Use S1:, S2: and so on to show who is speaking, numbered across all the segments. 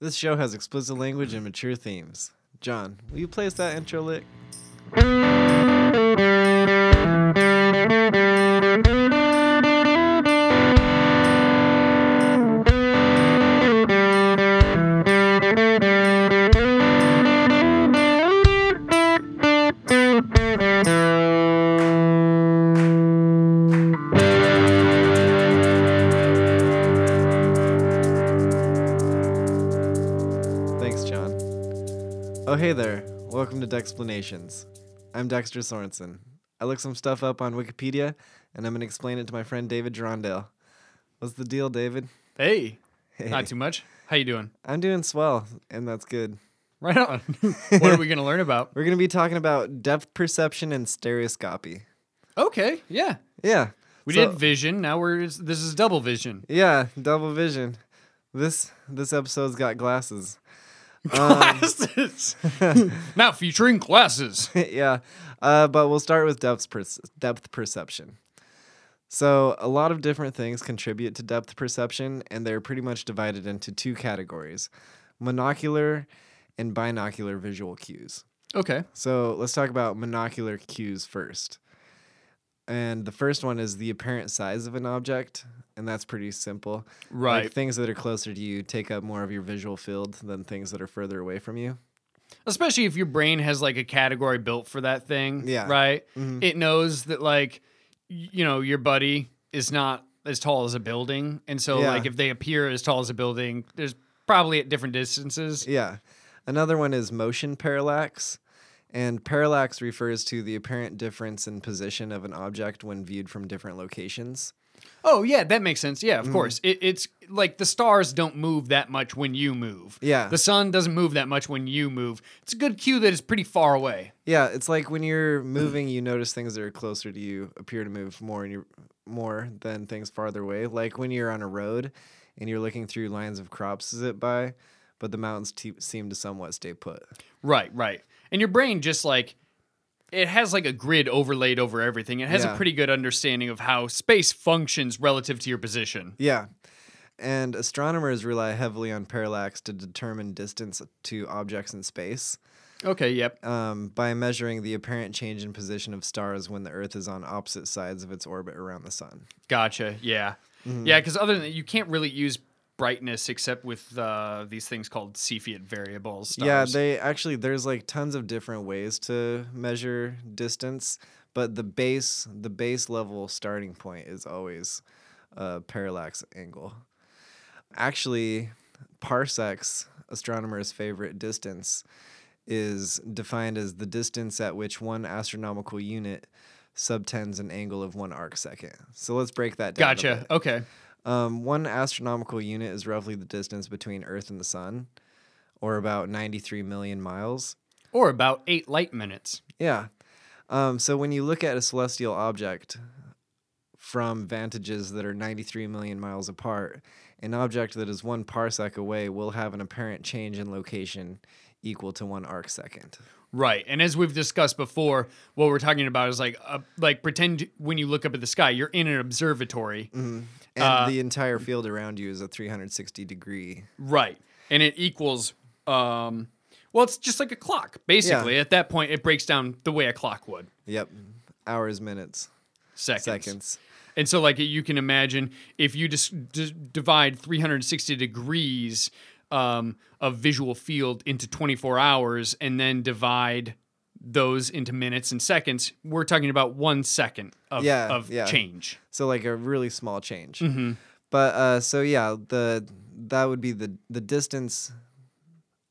S1: This show has explicit language and mature themes. John, will you place that intro lick? Thanks, John. Oh, hey there. Welcome to Dexplanations. I'm Dexter Sorensen. I looked some stuff up on Wikipedia, and I'm going to explain it to my friend David Gerondale. What's the deal, David?
S2: Hey, not too much. How you doing?
S1: I'm doing swell, and that's good.
S2: Right on. what are we gonna learn about?
S1: We're going to be talking about depth perception and stereoscopy.
S2: Okay, yeah.
S1: Yeah.
S2: We
S1: so-
S2: did vision. Now we're this is double vision.
S1: Yeah, double vision. This this episode's got glasses. Um,
S2: Glasses. now featuring glasses.
S1: yeah, uh, but we'll start with depth per- depth perception. So a lot of different things contribute to depth perception, and they're pretty much divided into two categories: monocular and binocular visual cues.
S2: Okay.
S1: So let's talk about monocular cues first. And the first one is the apparent size of an object, and that's pretty simple.
S2: Right.
S1: Like things that are closer to you take up more of your visual field than things that are further away from you.
S2: Especially if your brain has like a category built for that thing.
S1: Yeah. Mm-hmm.
S2: Right. It knows that like y- you know your buddy is not as tall as a building, and so
S1: Yeah.
S2: like if they appear as tall as a building, there's probably at different distances.
S1: Yeah. Another one is motion parallax. And parallax refers to the apparent difference in position of an object when viewed from different locations.
S2: Oh yeah, that makes sense. Yeah, of course. It, it's like the stars don't move that much when you move.
S1: Yeah.
S2: the sun doesn't move that much when you move. It's a good cue that it's pretty far away.
S1: Yeah, it's like when you're moving, you notice things that are closer to you appear to move more and you more than things farther away. Like when you're on a road and you're looking through lines of crops zip by, but the mountains te- seem to somewhat stay put.
S2: Right, right. And your brain just like it has like a grid overlaid over everything. It has
S1: Yeah.
S2: a pretty good understanding of how space functions relative to your position.
S1: Yeah. And astronomers rely heavily on parallax to determine distance to objects in space.
S2: Okay, yep.
S1: um, by measuring the apparent change in position of stars when the Earth is on opposite sides of its orbit around the sun.
S2: Gotcha. Yeah. Yeah, because other than that, you can't really use brightness except with uh, these things called Cepheid variables.
S1: Yeah,
S2: stars.
S1: they actually there's like tons of different ways to measure distance, but the base the base level starting point is always a parallax angle. Actually, parsecs, astronomers' favorite distance, is defined as the distance at which one astronomical unit subtends an angle of one arc second. So let's break that down. a bit.
S2: Gotcha. Okay.
S1: Um, one astronomical unit is roughly the distance between Earth and the Sun, or about 93 million miles.
S2: Or about eight light minutes.
S1: Yeah. Um, so when you look at a celestial object from vantages that are 93 million miles apart, an object that is one parsec away will have an apparent change in location equal to one arc second.
S2: Right. And as we've discussed before, what we're talking about is like uh, like pretend when you look up at the sky, you're in an observatory.
S1: Mm-hmm. And the entire field around you is a 360 degree.
S2: Right. And it equals um well, it's just like a clock. Basically, at that point it breaks down the way a clock would.
S1: Yep. Hours, minutes,
S2: Seconds.
S1: seconds.
S2: And so like you can imagine if you just d- divide 360 degrees um, of visual field into 24 hours and then divide those into minutes and seconds, we're talking about 1 second of
S1: Yeah,
S2: of
S1: yeah.
S2: change.
S1: So like a really small change. But uh, so yeah, the that would be the the distance.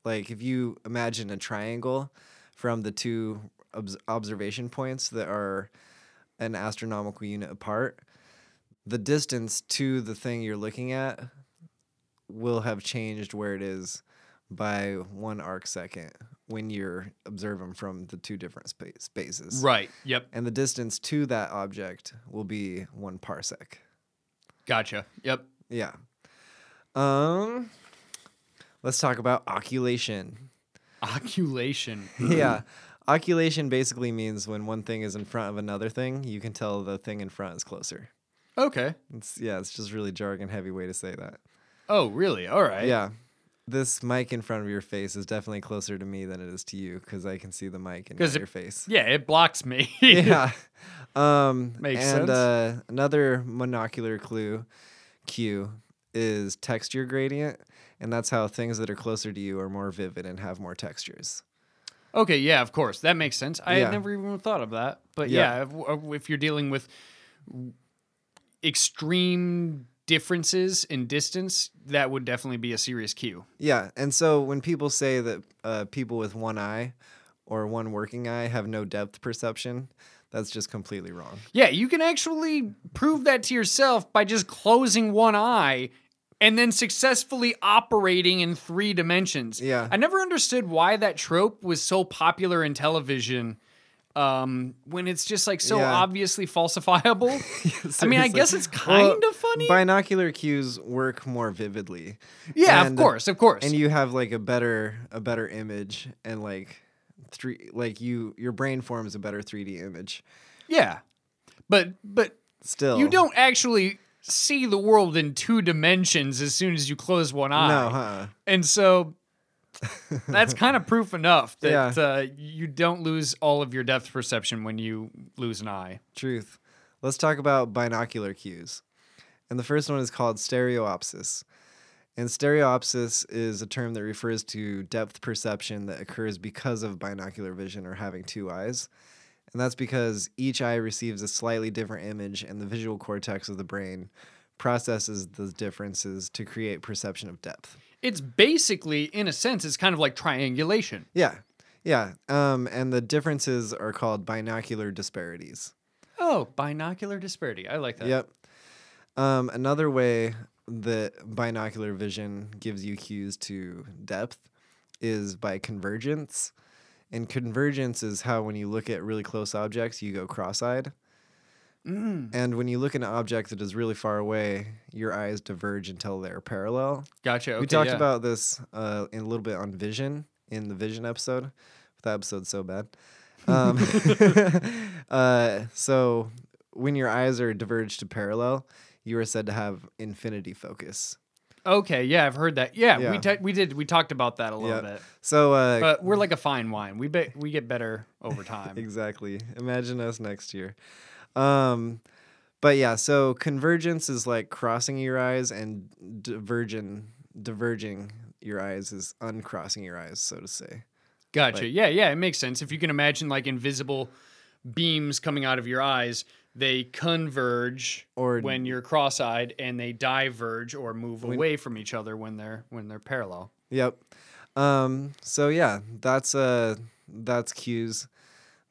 S1: Like if you imagine a triangle from the two obs- observation points that are an astronomical unit apart, the distance to the thing you're looking at will have changed where it is by one arc second when you're observing from the two different spa- spaces
S2: Right. Yep.
S1: and the distance to that object will be one parsec.
S2: Gotcha. Yep.
S1: Yeah. Um, let's talk about oculation.
S2: Oculation.
S1: yeah. Oculation basically means when one thing is in front of another thing, you can tell the thing in front is closer.
S2: Okay.
S1: It's, yeah, it's just really jargon heavy way to say that.
S2: Oh, really? All right.
S1: Yeah. this mic in front of your face is definitely closer to me than it is to you because I can see the mic in
S2: 'Cause it-
S1: your face.
S2: Yeah, it blocks me.
S1: yeah. Um,
S2: Makes
S1: and,
S2: sense.
S1: Uh, another monocular clue, Q, is texture gradient, and that's how things that are closer to you are more vivid and have more textures.
S2: Okay, yeah, of course. That makes sense. I
S1: Yeah.
S2: had never even thought of that. But
S1: Yeah.
S2: yeah, if- w- if you're dealing with extreme differences in distance, that would definitely be a serious cue.
S1: Yeah, and so when people say that uh, people with one eye or one working eye have no depth perception, that's just completely wrong.
S2: Yeah, you can actually prove that to yourself by just closing one eye and then successfully operating in three dimensions.
S1: Yeah.
S2: I never understood why that trope was so popular in television um, when it's just like so
S1: Yeah.
S2: obviously falsifiable. I mean, I
S1: Seriously.
S2: guess it's kind
S1: Well,
S2: of funny.
S1: Binocular cues work more vividly.
S2: yeah,
S1: and-
S2: of course, of course.
S1: and you have like a better a better image and like three like you your brain forms a better 3d image
S2: yeah. But but
S1: still
S2: you don't actually see the world in two dimensions as soon as you close one eye.
S1: no uh-uh. huh
S2: And so that's kind of proof enough that
S1: Yeah.
S2: uh, you don't lose all of your depth perception when you lose an eye.
S1: truth let's talk about binocular cues and the first one is called stereopsis and stereopsis is a term that refers to depth perception that occurs because of binocular vision or having two eyes and that's because each eye receives a slightly different image and the visual cortex of the brain processes those differences to create perception of depth
S2: It's basically, in a sense, it's kind of like triangulation.
S1: Yeah. Yeah. Um, and the differences are called binocular disparities.
S2: Oh, binocular disparity. I like that.
S1: Yep. Um, another way that binocular vision gives you cues to depth is by convergence. And convergence is how, when you look at really close objects, you go cross eyed.
S2: Mm.
S1: And when you look at an object that is really far away, your eyes diverge until they're parallel.
S2: Gotcha. Okay,
S1: we talked
S2: yeah.
S1: about this uh, in a little bit on vision in the vision episode that episode's so bad um, uh, so when your eyes are diverged to parallel you are said to have infinity focus
S2: Okay, yeah, I've heard that. Yeah,
S1: Yeah.
S2: we ta- we did we talked about that a little
S1: Yeah.
S2: bit.
S1: so uh,
S2: But we're like a fine wine. We be- we get better over time.
S1: exactly imagine us next year um, but yeah so convergence is like crossing your eyes and divergent diverging your eyes is uncrossing your eyes so to say
S2: Gotcha. yeah, yeah, it makes sense. If you can imagine like invisible beams coming out of your eyes, they converge
S1: Or-
S2: when you're cross-eyed and they diverge or move away from each other when they're when they're parallel.
S1: Yep. Um, so yeah, that's uh that's cues,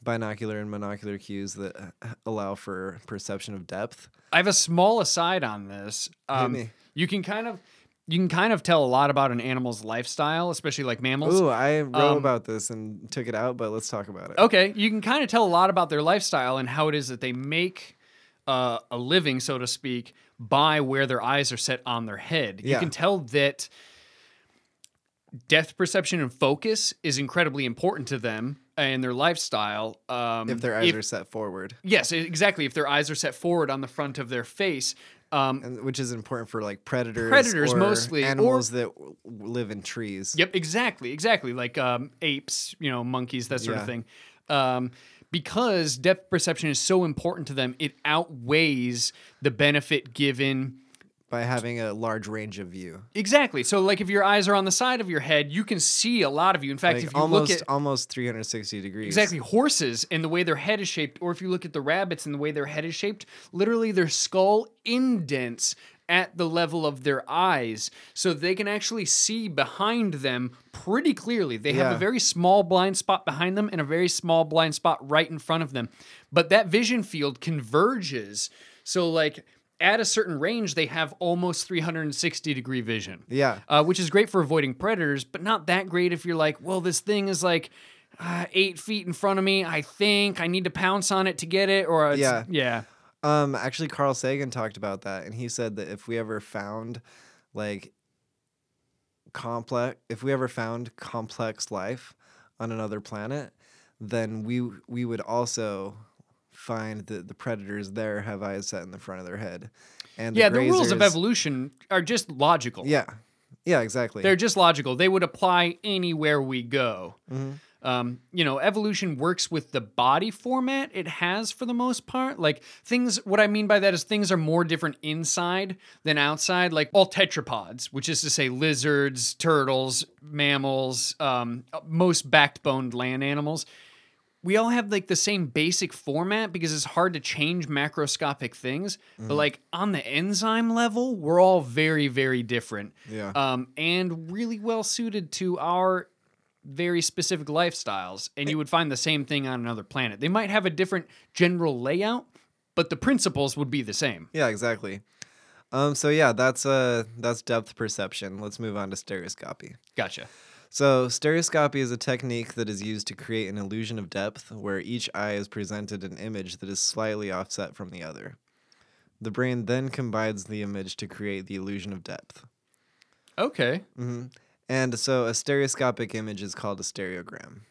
S1: binocular and monocular cues that uh, allow for perception of depth.
S2: I have a small aside on this. Um,
S1: me.
S2: you can kind of you can kind of tell a lot about an animal's lifestyle, especially like mammals.
S1: Ooh, I wrote
S2: um,
S1: about this and took it out, but let's talk about it.
S2: Okay, you can kind of tell a lot about their lifestyle and how it is that they make uh, a living, so to speak, by where their eyes are set on their head.
S1: Yeah.
S2: You can tell that depth perception and focus is incredibly important to them and their lifestyle. Um,
S1: If their eyes are set forward,
S2: yes, e, exactly. If their eyes are set forward on the front of their face, um,
S1: and which is important for like predators,
S2: Predators
S1: or
S2: mostly, or-
S1: animals that w- live in trees.
S2: Yep, exactly, exactly. Like um, apes, you know, monkeys, that sort
S1: Yeah.
S2: of thing. Um, because depth perception is so important to them, it outweighs the benefit given.
S1: By having a large range of view,
S2: Exactly. So, like, if your eyes are on the side of your head, you can see a lot of you. In fact,
S1: like
S2: if you
S1: almost
S2: look at
S1: almost 360 degrees.
S2: exactly horses and the way their head is shaped, or if you look at the rabbits and the way their head is shaped, literally their skull indents at the level of their eyes, so they can actually see behind them pretty clearly. They have
S1: Yeah.
S2: a very small blind spot behind them and a very small blind spot right in front of them, but that vision field converges. So like. At a certain range, they have almost 360 degree vision
S1: Yeah.
S2: uh, which is great for avoiding predators, but not that great if you're like, well, this thing is like uh, eight feet in front of me. I think I need to pounce on it to get it, or it's,
S1: Yeah.
S2: yeah,
S1: Um, actually, Carl Sagan talked about that, and he said that if we ever found, like, complex, if we ever found complex life on another planet, then we w- we would also find that the predators there have eyes set in the front of their head, and
S2: yeah. The rules of
S1: grazers-
S2: evolution are just logical.
S1: Yeah, Yeah, exactly.
S2: They're just logical. They would apply anywhere we go. Um, you know, evolution works with the body format it has for the most part. Like things, what I mean by that is things are more different inside than outside. Like all tetrapods, which is to say lizards, turtles, mammals, um, most backboned land animals, we all have like the same basic format because it's hard to change macroscopic things. But like on the enzyme level, we're all very, very different.
S1: Yeah.
S2: Um, and really well suited to our very specific lifestyles. And you would find the same thing on another planet. They might have a different general layout, but the principles would be the same.
S1: yeah, exactly. Um, so yeah, that's uh that's depth perception. Let's move on to stereoscopy.
S2: Gotcha.
S1: So, stereoscopy is a technique that is used to create an illusion of depth where each eye is presented an image that is slightly offset from the other. The brain then combines the image to create the illusion of depth.
S2: Okay.
S1: And so, a stereoscopic image is called a stereogram.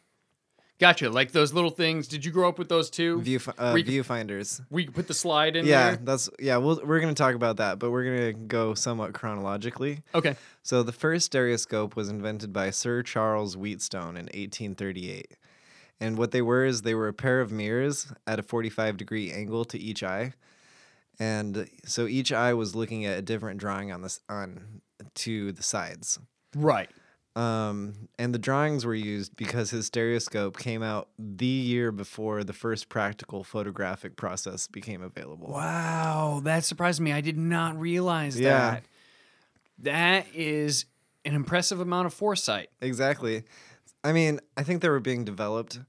S2: Gotcha. Like those little things. Did you grow up with those too?
S1: View, uh,
S2: We could-
S1: viewfinders.
S2: we could put the slide in
S1: Yeah,
S2: there.
S1: that's yeah. We'll, we're gonna talk about that, but we're gonna go somewhat chronologically.
S2: Okay.
S1: So the first stereoscope was invented by Sir Charles Wheatstone in 1838. And what they were is they were a pair of mirrors at a 45 degree angle to each eye. And so each eye was looking at a different drawing on this on to the sides.
S2: Right.
S1: Um, and the drawings were used because his stereoscope came out the year before the first practical photographic process became available.
S2: Wow, that surprised me. I did not realize
S1: Yeah.
S2: that. That is an impressive amount of foresight.
S1: Exactly. I mean, I think they were being developed,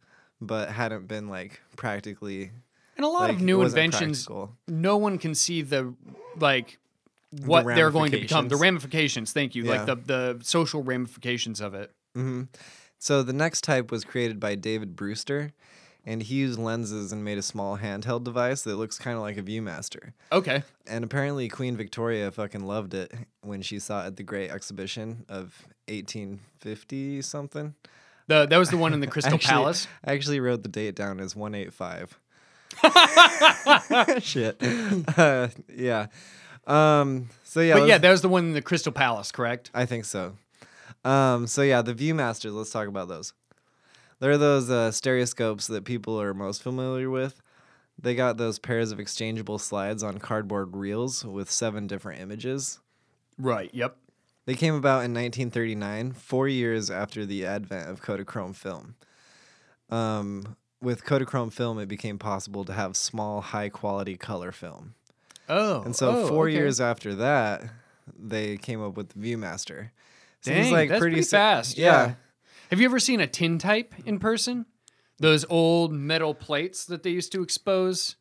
S1: but hadn't been like practically.
S2: And a lot
S1: Like,
S2: of
S1: it
S2: new
S1: wasn't
S2: inventions,
S1: practical.
S2: no one can see the like what they're going to become, the
S1: ramifications.
S2: ramifications, thank you, like
S1: Yeah.
S2: the the social ramifications of it.
S1: So the next type was created by David Brewster, and he used lenses and made a small handheld device that looks kind of like a ViewMaster.
S2: Okay.
S1: And apparently Queen Victoria fucking loved it when she saw it at the Great Exhibition of 1850 something.
S2: The, that was the one in the Crystal
S1: Actually-
S2: Palace.
S1: I actually wrote the date down as 185. Shit. Uh, yeah. Um, so yeah,
S2: But yeah,
S1: let's-
S2: that was the one in the Crystal Palace, correct?
S1: I think so. Um, so yeah, the ViewMasters. Let's talk about those. They're those uh, stereoscopes that people are most familiar with. They got those pairs of exchangeable slides on cardboard reels with seven different images.
S2: Right. Yep.
S1: They came about in 1939, four years after the advent of Kodachrome film. Um, with Kodachrome film, it became possible to have small, high quality color film.
S2: Oh.
S1: And so,
S2: oh,
S1: four
S2: okay.
S1: years after that, they came up with the ViewMaster. Seems
S2: Dang,
S1: like
S2: that's pretty,
S1: si-
S2: fast.
S1: yeah.
S2: Have you ever seen a tin type in person? Those old metal plates that they used to expose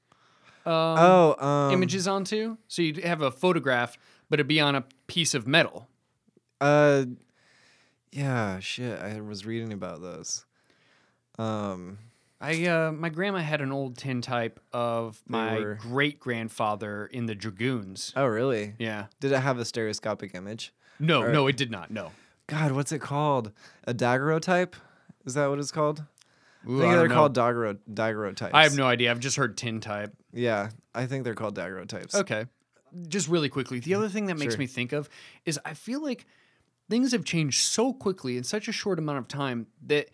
S1: Oh, um,
S2: images onto. So you'd have a photograph, but it'd be on a piece of metal.
S1: Uh, yeah, shit. I was reading about those. Um,
S2: I uh, my grandma had an old tin type of my
S1: were-
S2: great grandfather in the dragoons.
S1: oh, really?
S2: Yeah.
S1: Did it have a stereoscopic image?
S2: No, no, it did not. No.
S1: God, what's it called? A daguerreotype? Is that what it's called?
S2: Ooh,
S1: I think
S2: I
S1: they're
S2: don't know.
S1: called daguerre- daguerreotypes.
S2: I have no idea. I've just heard tin type.
S1: Yeah, I think they're called daguerreotypes.
S2: Okay. Just really quickly, the other thing that makes
S1: Sure.
S2: me think of is I feel like things have changed so quickly in such a short amount of time that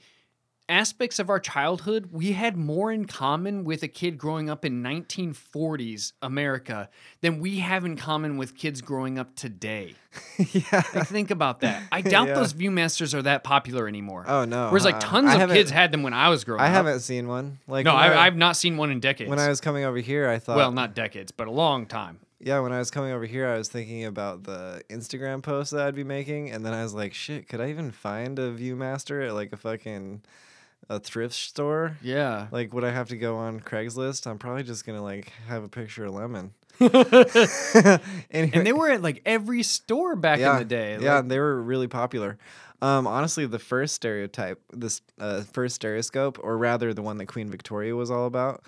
S2: aspects of our childhood we had more in common with a kid growing up in 1940s America than we have in common with kids growing up today.
S1: yeah.
S2: Like, think about that. I doubt
S1: Yeah.
S2: those ViewMasters are that popular anymore.
S1: Oh, no,
S2: Whereas like
S1: uh-uh.
S2: tons
S1: I
S2: of
S1: haven't-
S2: kids had them when I was growing
S1: I
S2: up.
S1: haven't seen one. Like
S2: No,
S1: when
S2: I, I've not seen one in decades.
S1: when I was uh, coming over here, I thought.
S2: well, not decades, but a long time.
S1: yeah, when I was coming over here, I was thinking about the Instagram post that I'd be making, and then I was like, shit, could I even find a ViewMaster at like a fucking a thrift store?
S2: Yeah.
S1: Like, would I have to go on Craigslist? I'm probably just gonna like have a picture of lemon.
S2: And
S1: Anyway,
S2: they were at like every store back
S1: yeah,
S2: in the day.
S1: yeah,
S2: like-
S1: they were really popular. Um, honestly, the first stereotype, this uh, first stereoscope, or rather, the one that Queen Victoria was all about,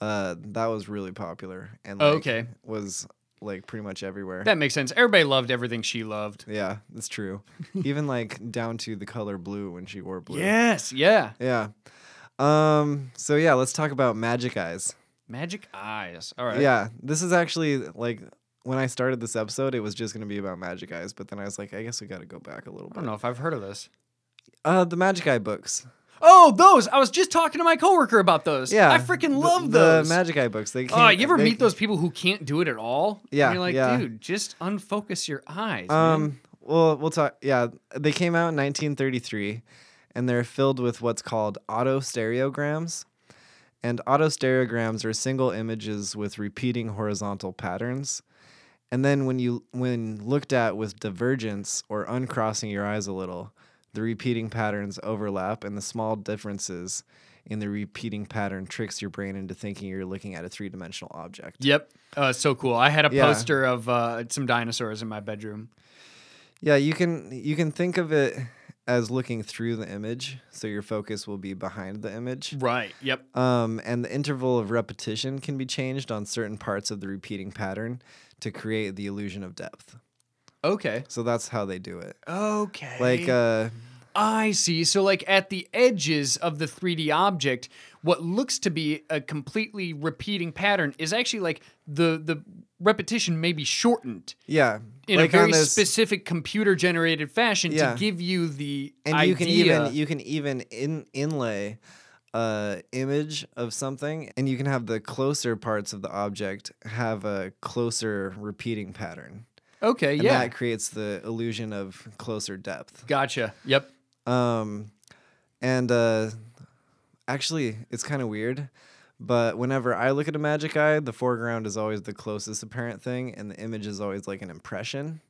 S1: uh, that was really popular and like,
S2: Oh, okay.
S1: was like pretty much everywhere.
S2: that makes sense. Everybody loved everything she loved.
S1: yeah, that's true. Even like down to the color blue when she wore blue.
S2: Yes. Yeah.
S1: Yeah. Um. So yeah, let's talk about magic eyes.
S2: Magic eyes. All right.
S1: Yeah, this is actually like when I started this episode, it was just going to be about Magic Eyes, but then I was like, I guess we got to go back a little
S2: I don't
S1: bit.
S2: know if I've heard of this.
S1: Uh, the Magic Eye books.
S2: Oh, those! I was just talking to my coworker about those.
S1: Yeah,
S2: I freaking
S1: the-
S2: love
S1: the
S2: those.
S1: Magic Eye books. They
S2: Oh,
S1: can't-
S2: you ever
S1: they-
S2: meet those people who can't do it at all? And
S1: Yeah,
S2: you're like,
S1: yeah.
S2: dude, just unfocus your eyes. man."
S1: Um, well, we'll talk. Yeah, they came out in 1933, and they're filled with what's called autostereograms. And autostereograms are single images with repeating horizontal patterns. And then when you when looked at with divergence or uncrossing your eyes a little, the repeating patterns overlap, and the small differences in the repeating pattern tricks your brain into thinking you're looking at a three dimensional object.
S2: Yep. Uh, so cool. I had a
S1: Yeah.
S2: poster of uh, some dinosaurs in my bedroom.
S1: Yeah, you can you can think of it as looking through the image, so your focus will be behind the image.
S2: Right. Yep.
S1: Um, and the interval of repetition can be changed on certain parts of the repeating pattern to create the illusion of depth.
S2: Okay.
S1: So that's how they do it.
S2: Okay.
S1: Like uh
S2: I see. So, like at the edges of the 3D object, what looks to be a completely repeating pattern is actually like the the repetition may be shortened
S1: yeah,
S2: in
S1: like
S2: a very
S1: on this-
S2: specific computer generated fashion
S1: Yeah.
S2: to give you the
S1: and
S2: idea.
S1: you can even you can even in inlay a image of something and you can have the closer parts of the object have a closer repeating pattern.
S2: okay.
S1: e- And
S2: Yeah.
S1: that creates the illusion of closer depth.
S2: Gotcha. Yep.
S1: Um, and uh, actually, it's kind of weird, but whenever I look at a magic eye, the foreground is always the closest apparent thing, and the image is always like an impression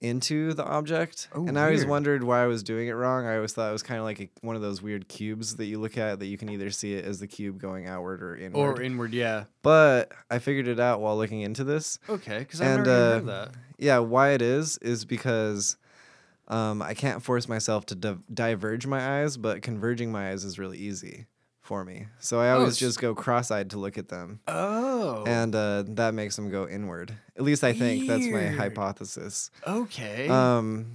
S1: into the object.
S2: Oh,
S1: and I always
S2: weird.
S1: wondered why I was doing it wrong. I always thought it was kind of like a, one of those weird cubes that you look at that you can either see it as the cube going outward or inward.
S2: Or inward. Yeah.
S1: but I figured it out while looking into this.
S2: Okay. Because
S1: And,
S2: I've never even
S1: uh,
S2: heard that.
S1: Yeah, why it is is because um, I can't force myself to div- diverge my eyes, but converging my eyes is really easy for me. So I always
S2: Oh, s-
S1: just go cross-eyed to look at them,
S2: Oh.
S1: and uh, that makes them go inward. At least I think that's my
S2: Weird.
S1: hypothesis.
S2: okay.
S1: Um,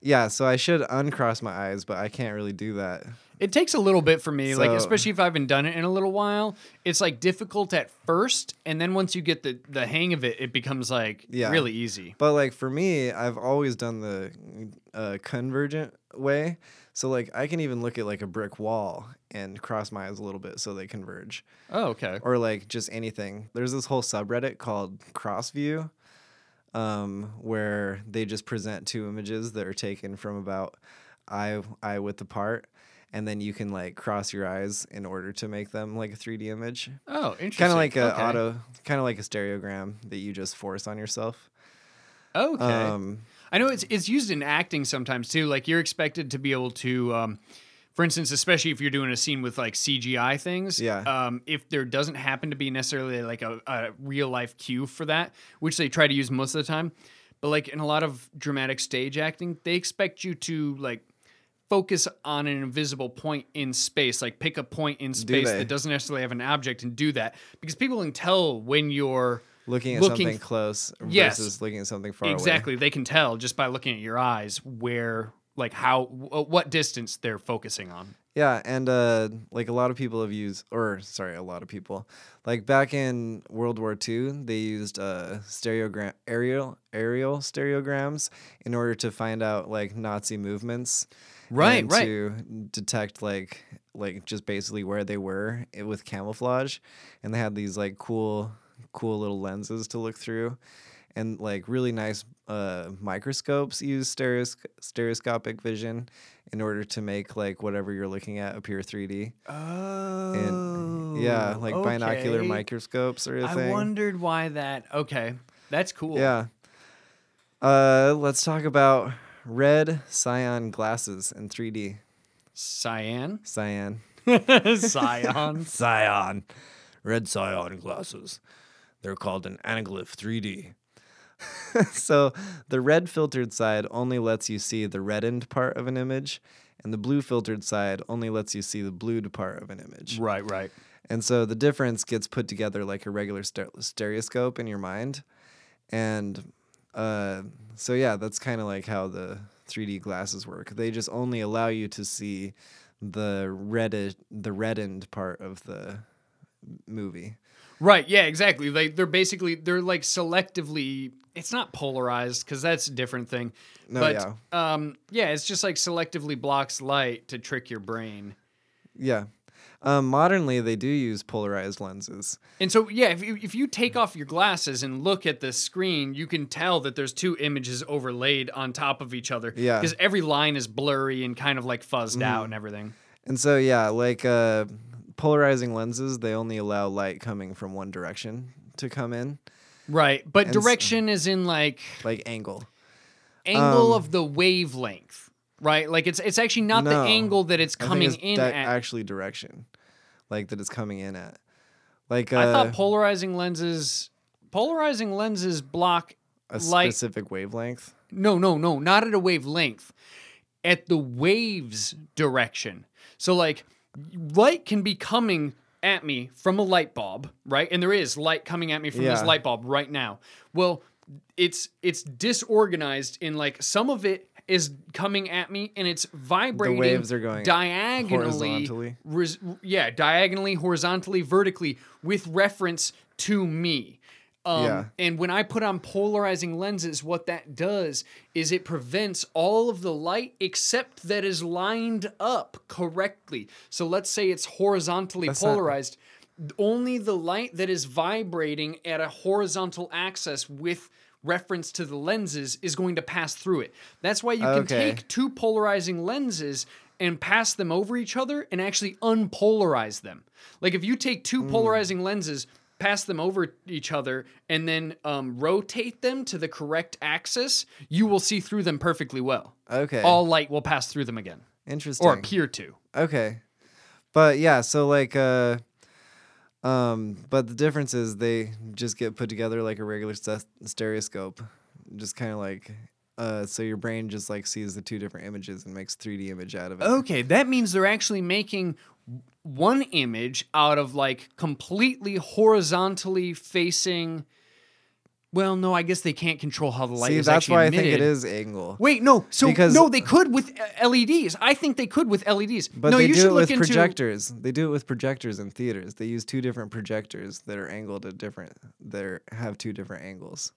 S1: yeah, so I should uncross my eyes, but I can't really do that.
S2: It takes a little bit for me, like
S1: So-
S2: especially if I haven't done it in a little while. It's like difficult at first, and then once you get the the hang of it, it becomes like
S1: Yeah.
S2: really easy.
S1: But like for me, I've always done the uh, convergent way. So like I can even look at like a brick wall and cross my eyes a little bit so they converge.
S2: Oh, okay.
S1: or like just anything. There's this whole subreddit called Crossview, um, where they just present two images that are taken from about eye eye width apart, and then you can like cross your eyes in order to make them like a 3D image,
S2: Oh, interesting.
S1: kind of like a
S2: okay.
S1: auto, kind of like a stereogram that you just force on yourself.
S2: Okay.
S1: Um,
S2: I know it's it's used in acting sometimes too. Like you're expected to be able to, um, for instance, especially if you're doing a scene with like CGI things.
S1: Yeah.
S2: Um, if there doesn't happen to be necessarily like a, a real life cue for that, which they try to use most of the time, but like in a lot of dramatic stage acting, they expect you to like focus on an invisible point in space like pick a point in space
S1: they?
S2: that doesn't necessarily have an object and do that because people can tell when you're
S1: looking at
S2: Looking
S1: something
S2: f-
S1: close
S2: Yes.
S1: versus looking at something far away.
S2: exactly they can tell just by looking at your eyes where like how wh- what distance they're focusing on
S1: Yeah, and uh, like a lot of people have used, or sorry, a lot of people, like back in World War II, they used uh, stereogram, aerial, aerial stereograms in order to find out like Nazi movements,
S2: Right,
S1: and
S2: right.
S1: to detect like like just basically where they were it, with camouflage, and they had these like cool, cool little lenses to look through, and like really nice uh, microscopes use stereos- stereoscopic vision in order to make like whatever you're looking at appear 3D.
S2: oh
S1: And yeah, like binocular microscopes or a
S2: i
S1: thing.
S2: wondered why that okay that's cool
S1: Yeah. Uh, let's talk about red cyan glasses in 3D.
S2: cyan
S1: Cyan.
S2: scion
S1: Cyan. Red cyan glasses. They're called an anaglyph 3D. so the red filtered side only lets you see the reddened part of an image, and the blue filtered side only lets you see the blued part of an image.
S2: right right
S1: And so the difference gets put together like a regular ster- stereoscope in your mind. And uh, so, yeah, that's kind of like how the 3D glasses work. They just only allow you to see the reddish, the reddened part of the movie.
S2: Right. Yeah. Exactly. Like they're basically they're like selectively. It's not polarized because that's a different thing.
S1: No,
S2: but yeah. um, yeah, it's just like selectively blocks light to trick your brain.
S1: Yeah. Um, modernly, they do use polarized lenses.
S2: And so yeah, if you, if you take off your glasses and look at the screen, you can tell that there's two images overlaid on top of each other.
S1: Yeah. Mm-hmm.
S2: Because every line is blurry and kind of like fuzzed out and everything.
S1: And so, yeah, like uh, polarizing lenses, they only allow light coming from one direction to come in,
S2: Right. But
S1: And s-
S2: direction is in like
S1: like angle. Um
S2: angle of the wavelength. Right, like it's it's actually not the
S1: No.
S2: angle that it's
S1: I think
S2: coming
S1: it's
S2: in
S1: di-
S2: at.
S1: actually direction, like that it's coming in at. Like uh,
S2: I thought polarizing lenses polarizing lenses block
S1: a
S2: light-
S1: specific wavelength.
S2: no no no not at a wavelength at the waves direction. So like light can be coming at me from a light bulb, right? And there is light coming at me from this
S1: Yeah.
S2: light bulb right now. Well, it's it's disorganized in like some of it is coming at me and it's vibrating
S1: waves are going
S2: diagonally
S1: horizontally.
S2: res- yeah, diagonally, horizontally, vertically with reference to me. Um,
S1: Yeah.
S2: And when I put on polarizing lenses, what that does is it prevents all of the light except that is lined up correctly. So let's say it's horizontally
S1: not-
S2: polarized. Only the light that is vibrating at a horizontal axis with reference to the lenses is going to pass through it. That's why you can
S1: Okay.
S2: take two polarizing lenses and pass them over each other and actually unpolarize them. Like if you take two polarizing lenses, pass them over each other, and then um, rotate them to the correct axis, you will see through them perfectly well.
S1: Okay,
S2: All light will pass through them again
S1: interesting.
S2: or appear to.
S1: Okay. But yeah, so like uh um but the difference is they just get put together like a regular st- stereoscope. Just kind of like uh so your brain just like sees the two different images and makes 3D image out of it.
S2: Okay, that means they're actually making one image out of like completely horizontally facing. Well, no, I guess they can't control how the light
S1: See,
S2: is
S1: that's
S2: actually
S1: why I
S2: emitted.
S1: think it is angle.
S2: Wait, no. So
S1: Because-
S2: no, they could with uh, LEDs. I think they could with LEDs.
S1: But
S2: no,
S1: they
S2: you
S1: do
S2: should
S1: it
S2: look
S1: with
S2: into
S1: projectors. They do it with projectors in theaters. They use two different projectors that are angled at different that are, have two different angles.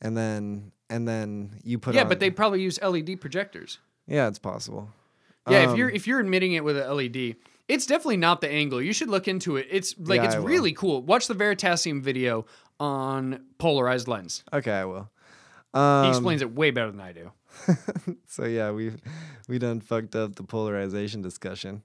S1: And then and then you put
S2: Yeah,
S1: on,
S2: but they probably use LED projectors.
S1: Yeah, it's possible.
S2: Yeah, if
S1: Um,
S2: you're if you're admitting it with a LED, it's definitely not the angle. You should look into it. It's like
S1: Yeah,
S2: it's
S1: I will.
S2: really cool. Watch the Veritasium video on polarized lens.
S1: Um, Okay, I will.
S2: He
S1: Um,
S2: explains it way better than I do.
S1: so yeah, we we done fucked up the polarization discussion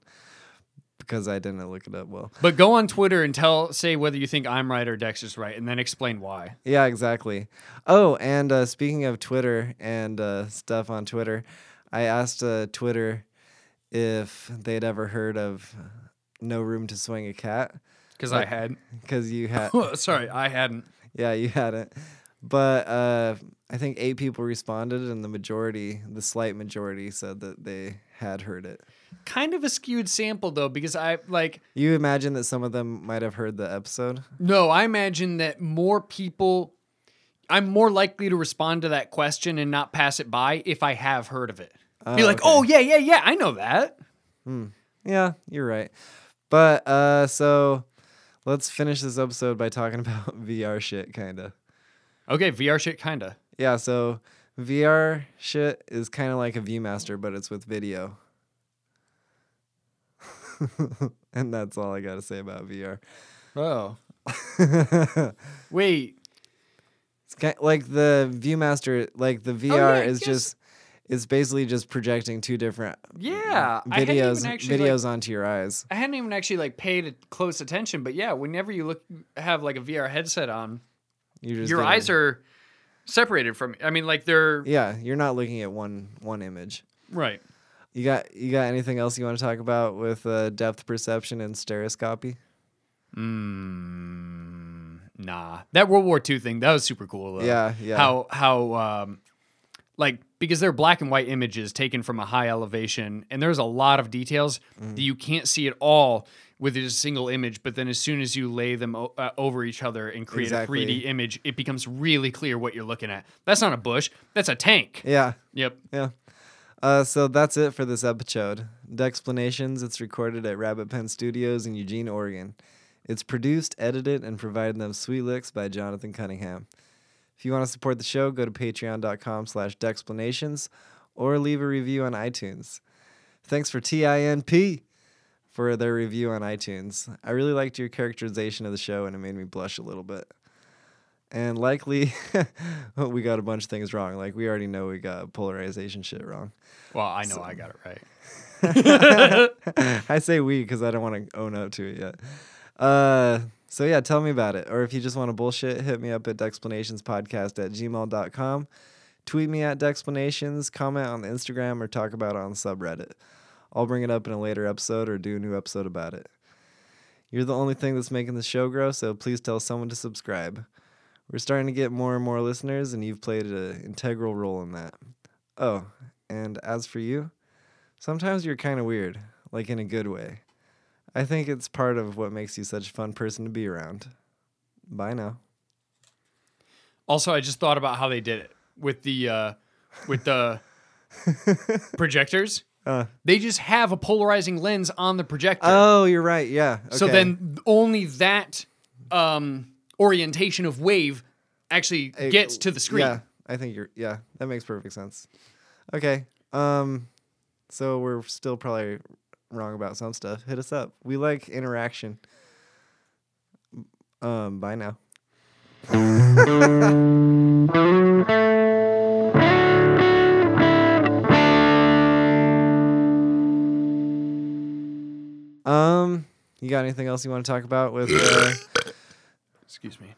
S1: because I didn't look it up well.
S2: But go on Twitter and tell say whether you think I'm right or Dexter's right, and then explain why.
S1: Yeah, exactly. Oh, and uh, speaking of Twitter and uh, stuff on Twitter, I asked uh, Twitter if they'd ever heard of "No Room to Swing a Cat"
S2: Because I had
S1: because you had
S2: sorry, I hadn't.
S1: Yeah, you had it. But uh, I think eight people responded, and the majority, the slight majority, said that they had heard it.
S2: Kind of a skewed sample though, because I like
S1: You imagine that some of them might have heard the episode?
S2: No, I imagine that more people, I'm more likely to respond to that question and not pass it by if I have heard of it. Be like,
S1: okay.
S2: oh, yeah, yeah, yeah, I know that.
S1: Yeah, you're right. But uh so let's finish this episode by talking about VR shit kinda.
S2: Okay, VR shit, kinda.
S1: Yeah, so VR shit is kind of like a ViewMaster, but it's with video. and that's all I got to say about VR.
S2: Oh.
S1: it's
S2: Wait,
S1: kind like the ViewMaster, like the VR
S2: I
S1: is
S2: guess-
S1: just it's basically just projecting two different
S2: yeah. I hadn't
S1: videos
S2: even actually, like-
S1: videos onto your eyes.
S2: I hadn't even actually like paid close attention, but yeah, whenever you look have like a VR headset on,
S1: You're just
S2: your
S1: getting-
S2: eyes are separated from. I mean, like they're
S1: Yeah, you're not looking at one one image.
S2: right.
S1: You got you got anything else you want to talk about with uh, depth perception and stereoscopy?
S2: Mm, nah, that World War II thing that was super cool. Though.
S1: Yeah, yeah.
S2: How how um, like because they're black and white images taken from a high elevation, and there's a lot of details
S1: Mm-hmm.
S2: that you can't see at all with just a single image. But then as soon as you lay them o- uh, over each other and create
S1: Exactly.
S2: a 3D image, it becomes really clear what you're looking at. That's not a bush. That's a tank.
S1: Yeah,
S2: Yep.
S1: yeah. Uh, so that's it for this episode. Dexplanations. It's recorded at Rabbit Pen Studios in Eugene, Oregon. It's produced, edited, and provided them sweet licks by Jonathan Cunningham. If you want to support the show, go to patreon.com slash dexplanations or leave a review on iTunes. Thanks for TINP for their review on iTunes. I really liked your characterization of the show and it made me blush a little bit. And likely we got a bunch of things wrong. Like we already know we got polarization shit wrong.
S2: Well, I know I got it right.
S1: I say we because I don't want to own up to it yet. Uh, so yeah, tell me about it. Or if you just want to bullshit, hit me up at dexplanationspodcast at gmail.com. Tweet me at dexplanations, comment on Instagram, or talk about it on subreddit. I'll bring it up in a later episode or do a new episode about it. You're the only thing that's making the show grow, so please tell someone to subscribe. We're starting to get more and more listeners, and you've played an integral role in that. Oh, and as for you, sometimes you're kind of weird, like in a good way. I think it's part of what makes you such a fun person to be around. Bye now.
S2: Also, I just thought about how they did it with the uh, with the projectors. they just have a polarizing lens on the projector,
S1: Uh. Oh, you're right. Yeah.
S2: so
S1: okay.
S2: then only that um, orientation of wave actually
S1: It-
S2: gets to the screen.
S1: Yeah, I think you're. Yeah, that makes perfect sense. Okay. Um, so we're still probably wrong about some stuff. Hit us up. We like interaction. Um, bye now. um, you got anything else you want to talk about with? Uh,
S2: Excuse me.